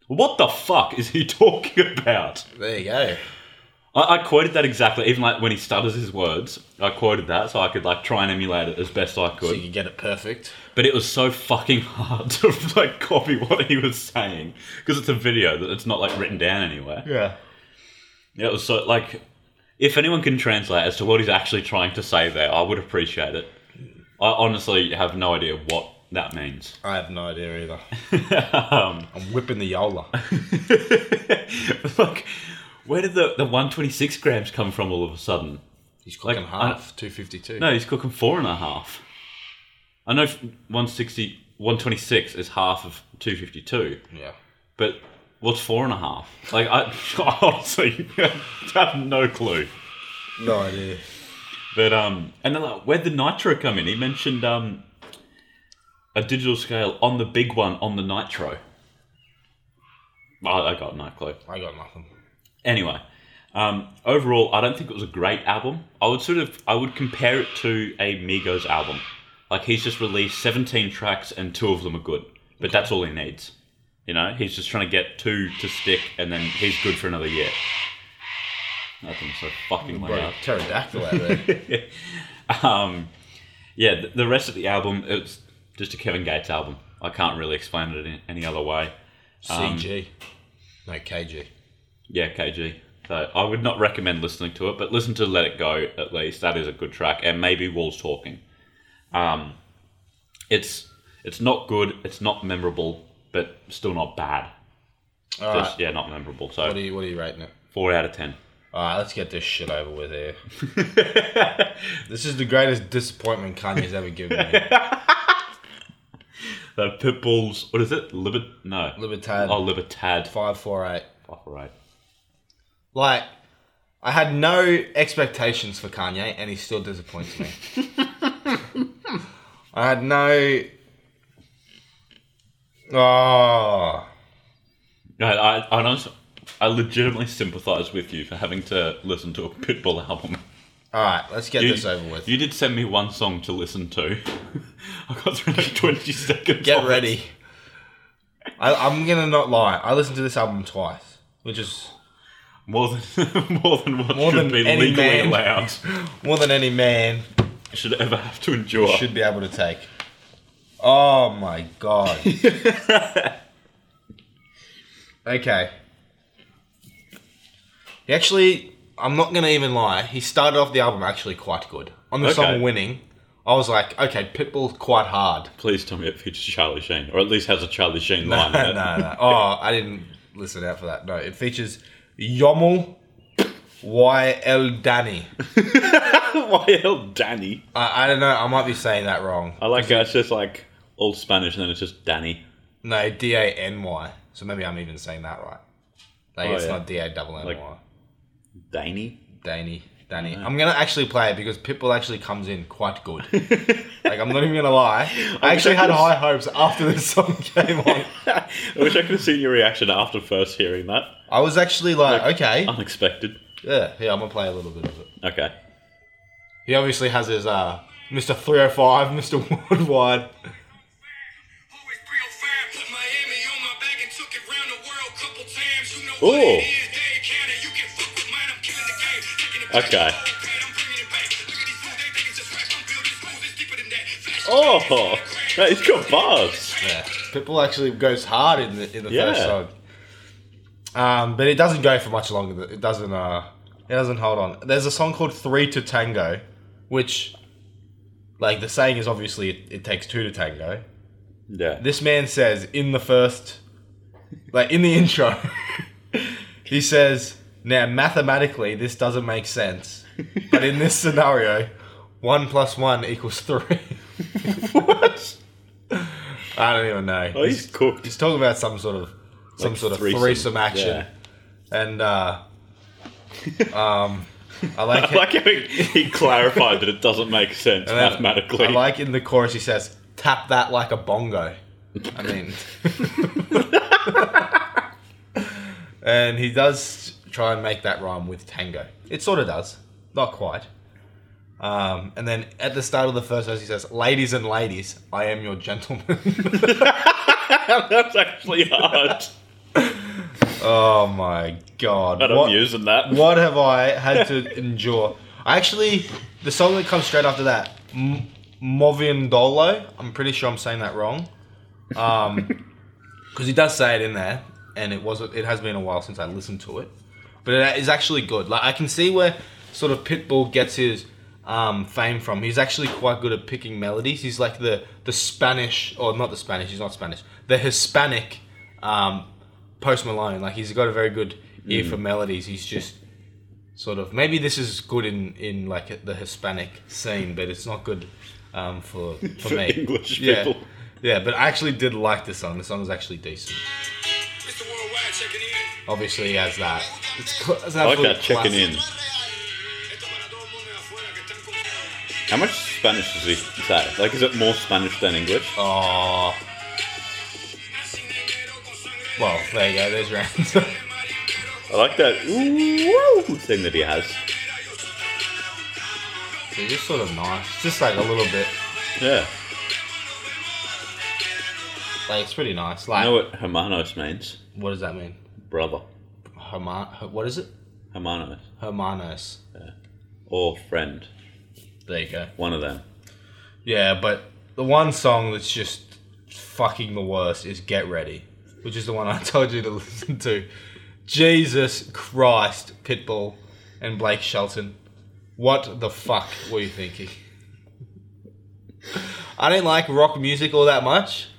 S2: What the fuck is he talking about?
S3: There you go.
S2: I, I quoted that exactly. Even like when he stutters his words, I quoted that so I could like try and emulate it as best I
S3: So
S2: could.
S3: you can get it perfect.
S2: But it was so fucking hard to like copy what he was saying because it's a video that it's not like written down anywhere.
S3: Yeah.
S2: Yeah, it was so like, if anyone can translate as to what he's actually trying to say there, I would appreciate it. I honestly have no idea what that means.
S3: I have no idea either.
S2: um,
S3: I'm whipping the Yola.
S2: like, where did the, the 126 grams come from all of a sudden?
S3: He's clicking
S2: Like, I-
S3: half, 252.
S2: No, he's cooking four and a half. I know 160, 126 is half of 252,
S3: Yeah.
S2: but what's four and a half? Like, I honestly have no clue.
S3: No idea.
S2: But um, and then like, where'd the nitro come in? He mentioned um, a digital scale on the big one on the nitro. I, I got no clue.
S3: I got nothing.
S2: Anyway, um, overall, I don't think it was a great album. I would sort of I would compare it to a Migos album. Like he's just released seventeen tracks and two of them are good, but that's all he needs. You know, he's just trying to get two to stick, and then he's good for another year. I think so fucking
S3: Bro,
S2: loud.
S3: pterodactyl out there.
S2: Um, yeah, th- the rest of the album, it's just a Kevin Gates album. I can't really explain it in any other way. Um,
S3: CG. No, KG.
S2: Yeah, KG. So I would not recommend listening to it, but listen to Let It Go at least. That is a good track, and maybe Walls Talking. Um, it's it's not good. It's not memorable, but still not bad.
S3: All
S2: Just,
S3: right.
S2: Yeah, not memorable. So
S3: What are, you, what are you rating it?
S2: four out of ten.
S3: All right, let's get this shit over with here. this is the greatest disappointment Kanye's ever given me.
S2: The Pitbulls. What is it? Libert? No.
S3: Libertad
S2: Oh, Libertad.
S3: 548.
S2: Fuck right.
S3: Like, I had no expectations for Kanye, and he still disappoints me. I had no. Oh,
S2: No, I, I, honest- I legitimately sympathise with you for having to listen to a Pitbull album.
S3: all right. Let's get
S2: You,
S3: this over with.
S2: you did send me one song to listen to. I got through like 20 seconds.
S3: get
S2: of it.
S3: ready. I, I'm gonna not lie. I listened to this album twice, which is
S2: More than more than what
S3: More
S2: should
S3: than
S2: be
S3: any
S2: legally
S3: man.
S2: allowed
S3: More than any man
S2: should ever have to endure.
S3: should be able to take. Oh my god. okay. He actually, I'm not gonna even lie. He started off the album actually quite good. On the
S2: Okay.
S3: song "Winning," I was like, okay, Pitbull quite hard.
S2: Please tell me it features Charlie Sheen, or at least has a Charlie Sheen line in
S3: no,
S2: it.
S3: no. Oh, I didn't listen out for that. No, it features Yomel YL Danny.
S2: YL Danny.
S3: I, I don't know. I might be saying that wrong.
S2: I like how it's just like old Spanish and then it's just Danny.
S3: No, D A N Y. So maybe I'm even saying that right. Like
S2: Oh,
S3: it's
S2: yeah.
S3: not D A double N Y.
S2: Like- Danny?
S3: Danny, Danny. I'm gonna actually play it because Pitbull actually comes in quite good. like I'm not even gonna lie. I actually had high hopes after this song came on.
S2: I wish I could have seen your reaction after first hearing that.
S3: I was actually like,
S2: uh.
S3: okay,
S2: Unexpected.
S3: yeah, yeah. I'm gonna play a little bit of it.
S2: Okay.
S3: He obviously has his uh, Mr. 305, Mr. Worldwide.
S4: Always 305, put Miami on my back and took it round the world couple times. You know what
S2: Ooh.
S4: it is, Dade County. You can fuck with mine, I'm killing the game. Taking it back,
S2: Okay.
S4: I'm bringing it back. Look at these fools, they think it's just rap. I'm building schools, it's deeper than that. Flash
S2: Oh, mate, he's got bars.
S3: Yeah, Pitbull actually goes hard in the in the first
S2: Yeah.
S3: song. Um, but it doesn't go for much longer. It doesn't. Uh, it doesn't hold on. There's a song called Three to Tango, which, like the saying is obviously, it, it takes two to tango.
S2: Yeah.
S3: This man says in the first, like in the intro, he says, "Now mathematically, this doesn't make sense, but in this scenario, one plus one equals three.
S2: what?
S3: I don't even know.
S2: Oh, he's cooked.
S3: He's talking about some sort of some
S2: Like
S3: sort of
S2: threesome.
S3: threesome, action,
S2: Yeah.
S3: and uh, um, I like
S2: I like how he, he clarified that it doesn't make sense
S3: then
S2: mathematically.
S3: I like in the chorus he says, "Tap that like a bongo." I mean, and he does try and make that rhyme with tango. It sort of does, not quite. Um, and then at the start of the first verse, he says, "Ladies and ladies, I am your gentleman."
S2: That's actually hard.
S3: oh my god!
S2: And I'm
S3: What-
S2: using that.
S3: What have I had to endure? I actually, the song that comes straight after that, M- Moviandolo. I'm pretty sure I'm saying that wrong, because he does say it in there, and it was it has been a while since I listened to it, but it is actually good. Like I can see where sort of Pitbull gets his um, fame from. He's actually quite good at picking melodies. He's like the the Spanish, or not the Spanish. He's not Spanish. The Hispanic. Um, Post Malone. Like he's got a very good ear
S2: Mm.
S3: for melodies. He's just sort of maybe this is good in in like the Hispanic scene, but it's not good um, for for,
S2: For
S3: me.
S2: English
S3: yeah.
S2: people.
S3: Yeah, but I actually did like this song. The song is actually decent.
S4: Mr. Worldwide checking in.
S3: Obviously, he has that. It's, cl- it's
S2: I like
S3: absolute
S2: that checking in.
S3: classic.
S2: How much Spanish does he say? Like, is it more Spanish than English?
S3: Oh, well, there you go. There's rounds.
S2: I like that ooh thing that he has.
S3: They're just sort of nice. Just like a little bit.
S2: Yeah.
S3: Like it's pretty nice.
S2: I
S3: Like
S2: know what hermanos means.
S3: what does that mean?
S2: Brother.
S3: Herman, what is it?
S2: Hermanos.
S3: Hermanos.
S2: Or friend.
S3: There you go.
S2: One of them.
S3: Yeah, but the one song that's just fucking the worst is Get Ready, which is the one I told you to listen to. Jesus Christ, Pitbull and Blake Shelton. What the fuck were you thinking? I don't like rock music all that much,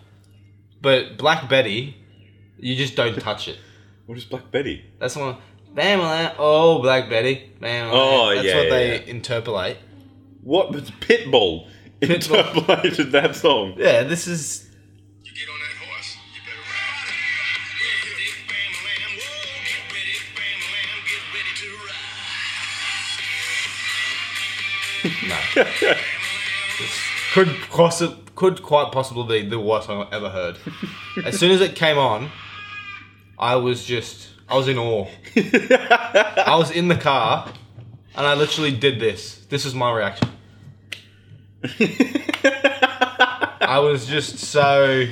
S3: but Black Betty, you just don't touch it.
S2: What is Black Betty?
S3: That's the one. Bam, bam, oh, Black Betty. Bam,
S2: Oh,
S3: That's
S2: yeah,
S3: what
S2: yeah,
S3: they
S2: yeah.
S3: interpolate.
S2: What was Pitbull
S3: Pitbull.
S2: interpolated that song?
S3: Yeah, this is
S4: You get on that horse, you better ride. Get this bam lamb, whoa, get ready, bam lamb, get ready to
S3: No.
S4: ride.
S3: this could possi- could quite possibly be the worst song I've ever heard. As soon as it came on, I was just I was in awe. I was in the car and I literally did this. This is my reaction. I was just so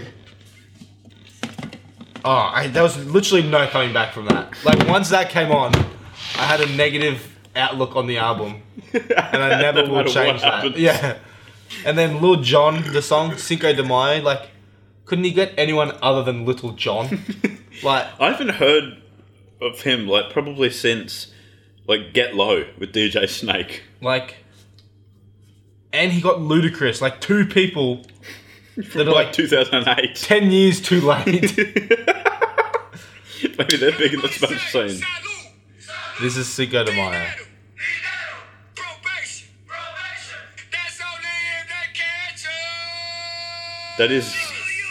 S3: Oh, I, there was literally no coming back from that. Like once that came on, I had a negative outlook on the album, and I never
S2: No
S3: will
S2: matter what
S3: change that.
S2: happens.
S3: Yeah. And then Lil John, the song Cinco de Mayo, like, couldn't he get anyone other than Little John? like,
S2: I haven't heard of him like probably since like Get Low with DJ Snake.
S3: like, and he got ludicrous. Like two people that are
S2: Like
S3: like
S2: 2008.
S3: ten years too late.
S2: Maybe they're big in the Spanish scene.
S3: this is Cinco de Mayo.
S2: That is.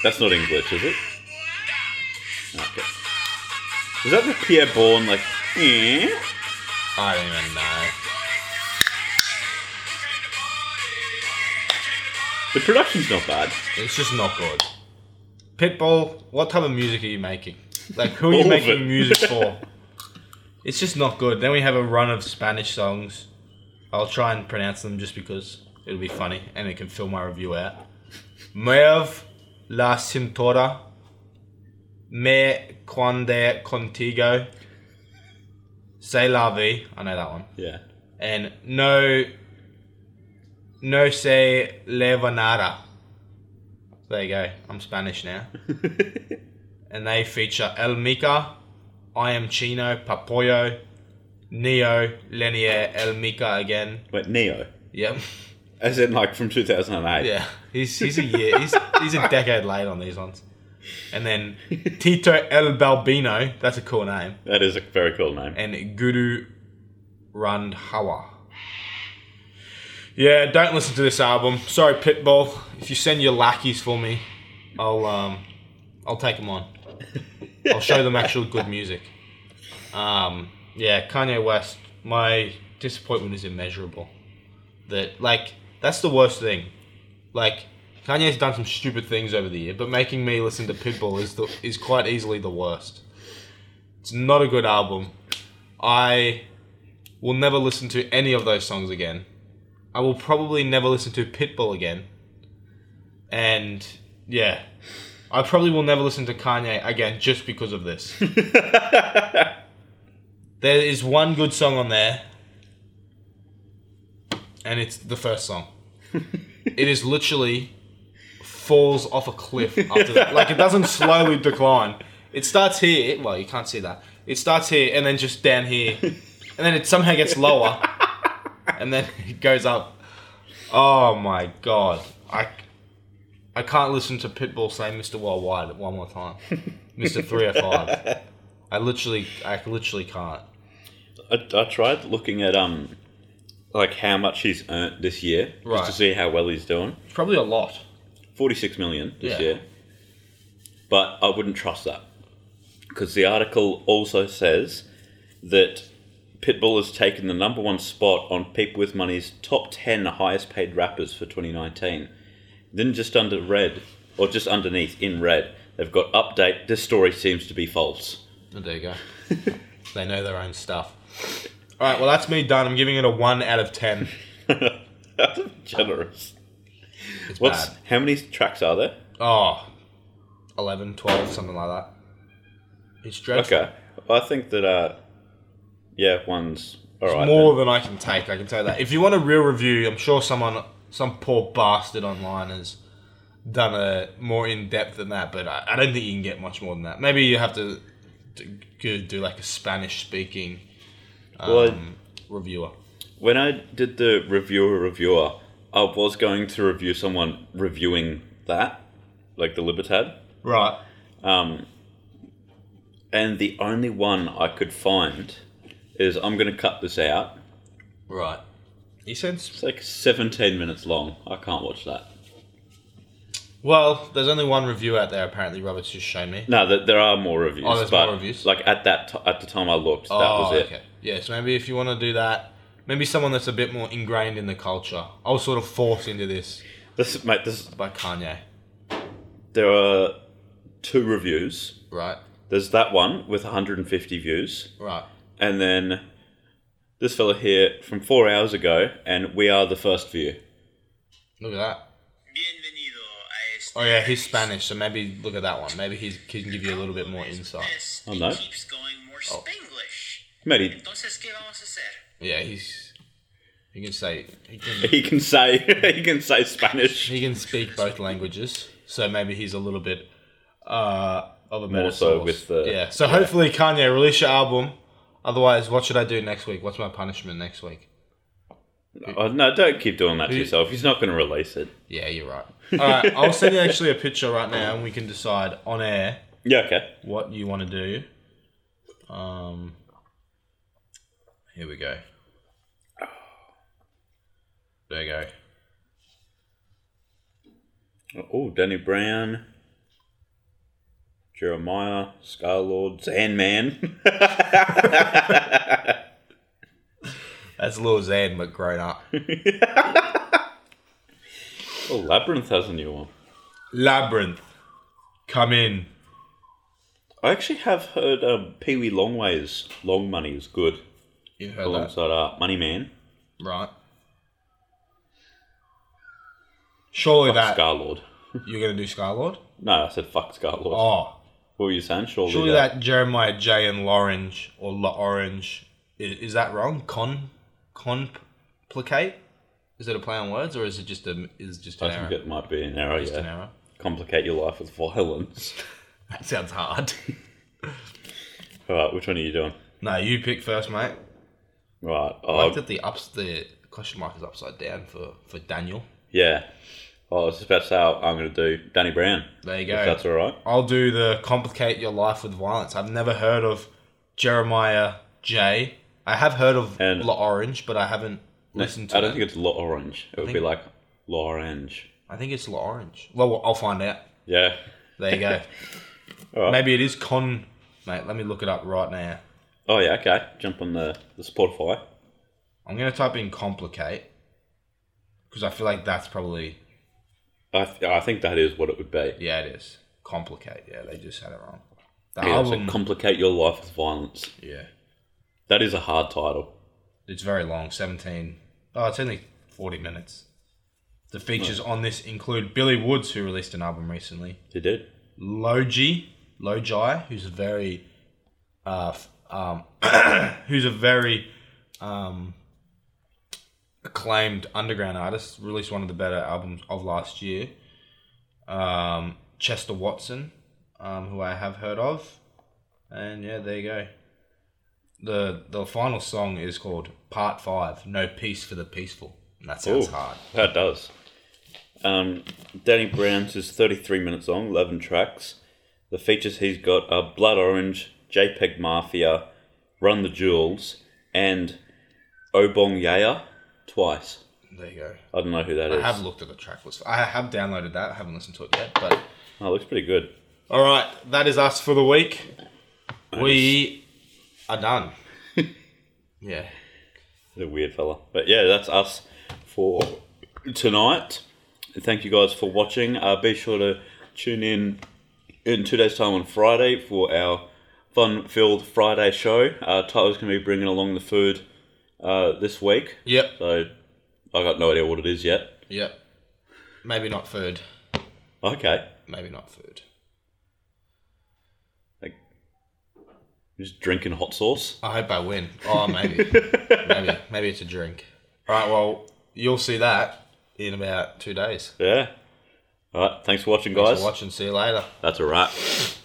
S2: That's not English, is it? Okay. Is that the Pierre Bourne, like, eh?
S3: I don't even know.
S2: The production's not bad.
S3: It's just not good. Pitbull, what type of music are you making? Like, who are
S2: All
S3: you
S2: of
S3: making
S2: it.
S3: music for? It's just not good. Then we have a run of Spanish songs. I'll try and pronounce them just because it'll be funny and it can fill my review out. Muev la cintura. Me cuando contigo. Say la vie. I know that one.
S2: Yeah.
S3: And no. No se levanara. There you go. I'm Spanish now. and they feature El Mica, I Am Chino, Papoyo, Neo, Lenier, El Mica again.
S2: Wait, Neo.
S3: Yep.
S2: As in, like, from 2008.
S3: Yeah. He's, he's a year. He's, he's a decade late on these ones. And then Tito El Balbino. That's a cool name.
S2: That is a very cool name.
S3: and Guru Randhawa. Yeah, don't listen to this album. Sorry, Pitbull. If you send your lackeys for me, I'll um, I'll take them on. I'll show them actual good music. Um, yeah, Kanye West. My disappointment is immeasurable. That like that's the worst thing. Like Kanye's done some stupid things over the year, but making me listen to Pitbull is the, is quite easily the worst. It's not a good album. I will never listen to any of those songs again. I will probably never listen to Pitbull again. And yeah, I probably will never listen to Kanye again just because of this. there is one good song on there, and it's the first song. it is literally falls off a cliff after that. Like it doesn't slowly decline. It starts here. Well, you can't see that. It starts here and then just down here, and then it somehow gets lower, and then it goes up. Oh my god! I I can't listen to Pitbull say Mr. Worldwide one more time, Mr. 305. I literally, I literally can't.
S2: I, I tried looking at, um, like, how much he's earned this year,
S3: Right.
S2: just to see how well he's doing.
S3: Probably a lot.
S2: 46 million this
S3: Yeah.
S2: year. But I wouldn't trust that. Because the article also says that Pitbull has taken the number one spot on People with Money's top 10 highest paid rappers for 2019. Then just under red, or just underneath in red, they've got update. This story seems to be false.
S3: Oh, there you go. they know their own stuff. All right, well that's me done. I'm giving it a one out of ten.
S2: That's generous.
S3: It's
S2: What's
S3: bad.
S2: how many tracks are there?
S3: Oh, 11, 12, something like that. It's dreadful.
S2: Okay, I think that uh, yeah, one's all right.
S3: More than I can take, I can tell you that. If you want a real review, I'm sure someone, some poor bastard online has done a more in depth than that, but I, I don't think you can get much more than that. Maybe you have to do, go do like a Spanish speaking
S2: then. Well,
S3: um, reviewer.
S2: When I did the reviewer reviewer, I was going to review someone reviewing that, like the Libertad, Um,
S3: Right.
S2: and the only one I could find is I'm going to cut this out.
S3: Right. He says,
S2: It's like 17 minutes long. I can't watch that.
S3: well, there's only one review out there, apparently. Robert's just shown me.
S2: No, th- there are more reviews.
S3: Oh, there's
S2: but
S3: more reviews?
S2: Like at that t- at the time I looked, that
S3: Oh,
S2: was it.
S3: Okay. Yeah, so maybe if you want to do that, maybe someone that's a bit more ingrained in the culture. I was sort of forced into this
S2: This mate, this
S3: by Kanye,
S2: there are two reviews.
S3: right?
S2: There's that one with 150 views.
S3: Right.
S2: and then this fella here from four hours ago, and we are the first view.
S3: Look at that. Oh yeah, he's Spanish, so maybe look at that one. Maybe he's, he can give you a little bit more insight.
S2: Oh, no.
S5: Keeps going more Spanglish.
S2: Matty,
S4: Entonces, ¿qué vamos a hacer?
S3: Yeah, he's he can say he can
S2: he can say he can say Spanish.
S3: he can speak both languages, so maybe he's a little bit uh, of a better
S2: More so
S3: source.
S2: with the-
S3: yeah. So hopefully Kanye release your album. Otherwise, what should I do next week? What's my punishment next week?
S2: Oh, no, don't keep doing that to yourself. He's not going to release it.
S3: Yeah, you're right. All right, I'll send you actually a picture right now, and we can decide on air
S2: Yeah, okay.
S3: what you want to do. Um, here we go. There you go.
S2: Oh, Danny Brown, Jeremiah, Scarlord, Sandman.
S3: That's Lil Xan, but grown up.
S2: oh, Labyrinth has a new one.
S3: Labyrinth, come in.
S2: I actually have heard um, Pee Wee Longway's Long Money is good
S3: You heard that,
S2: alongside uh, Money Man,
S3: right? Surely that
S2: Scarlord.
S3: you're gonna do Skylord.
S2: No, I said fuck Scarlord.
S3: Oh,
S2: What were you saying? Surely,
S3: surely
S2: that,
S3: that Jeremiah J and Lorange or La Orange is, is that wrong? Con, complicate. Is it a play on words or is it just a is just an
S2: I think
S3: error?
S2: it might be an error.
S3: Just
S2: yeah.
S3: an error.
S2: Complicate your life with violence.
S3: That sounds hard.
S2: All right, which one are you doing?
S3: no, you pick first, mate.
S2: Right.
S3: I
S2: Oh,
S3: like that the ups the question mark is upside down for for Daniel.
S2: yeah. Oh, I was just about to say I'm going to do Danny Brown.
S3: There you
S2: if
S3: go.
S2: that's all right.
S3: I'll do the complicate your life with violence. I've never heard of Jeremiah J. I have heard of
S2: And-
S3: La Orange, but I haven't listened to
S2: I don't
S3: it.
S2: think it's La Orange. It would be
S3: think-
S2: like La Orange.
S3: I think it's La Orange. Well, I'll find out.
S2: Yeah.
S3: There you go.
S2: Alright.
S3: Maybe it is con. Mate, let me look it up right now.
S2: Oh yeah. Okay. Jump on the the Spotify.
S3: I'm gonna type in complicate because I feel like that's probably
S2: I th- I think that is what it would be.
S3: yeah, it is complicate. Yeah, they just had it wrong. The
S2: Yeah, so
S3: album,
S2: complicate your life with violence.
S3: yeah,
S2: That is a hard title.
S3: it's very long. Seventeen. Oh, it's only forty minutes. The features on this include Billy Woods, who released an album recently.
S2: It did.
S3: Logi, Logi, who's a very, uh, f- um, who's a very um, acclaimed underground artist, released one of the better albums of last year. Um, Chester Watson, um, who I have heard of, and yeah, there you go. the The final song is called Part Five: No Peace for the Peaceful. And that sounds
S2: Ooh,
S3: hard.
S2: That does. Um, Danny Brown's is 33 minutes long, 11 tracks. The features he's got are Blood Orange, JPEG Mafia, Run the Jewels, and Obong Yaya twice.
S3: There you go.
S2: I don't know who that is.
S3: I have looked at the track list. I have downloaded that. I haven't listened to it yet, but
S2: Oh, it looks pretty good.
S3: All right, that is us for the week. We are done. yeah.
S2: He's a weird fella. But yeah, that's us for tonight. Thank you guys for watching. Uh, be sure to tune in in two days' time on Friday for our fun filled Friday show. Uh, Tyler's going to be bringing along the food uh, this week.
S3: Yep.
S2: So I got no idea what it is yet.
S3: Yep. Maybe not food.
S2: Okay.
S3: Maybe not food.
S2: Like, just drinking hot sauce.
S3: I hope I win. Oh, maybe. maybe. Maybe it's a drink. All right. Well, you'll see that in about two days.
S2: Yeah. All right. Thanks for watching,
S3: Thanks
S2: guys.
S3: for watching. See you later.
S2: That's a wrap.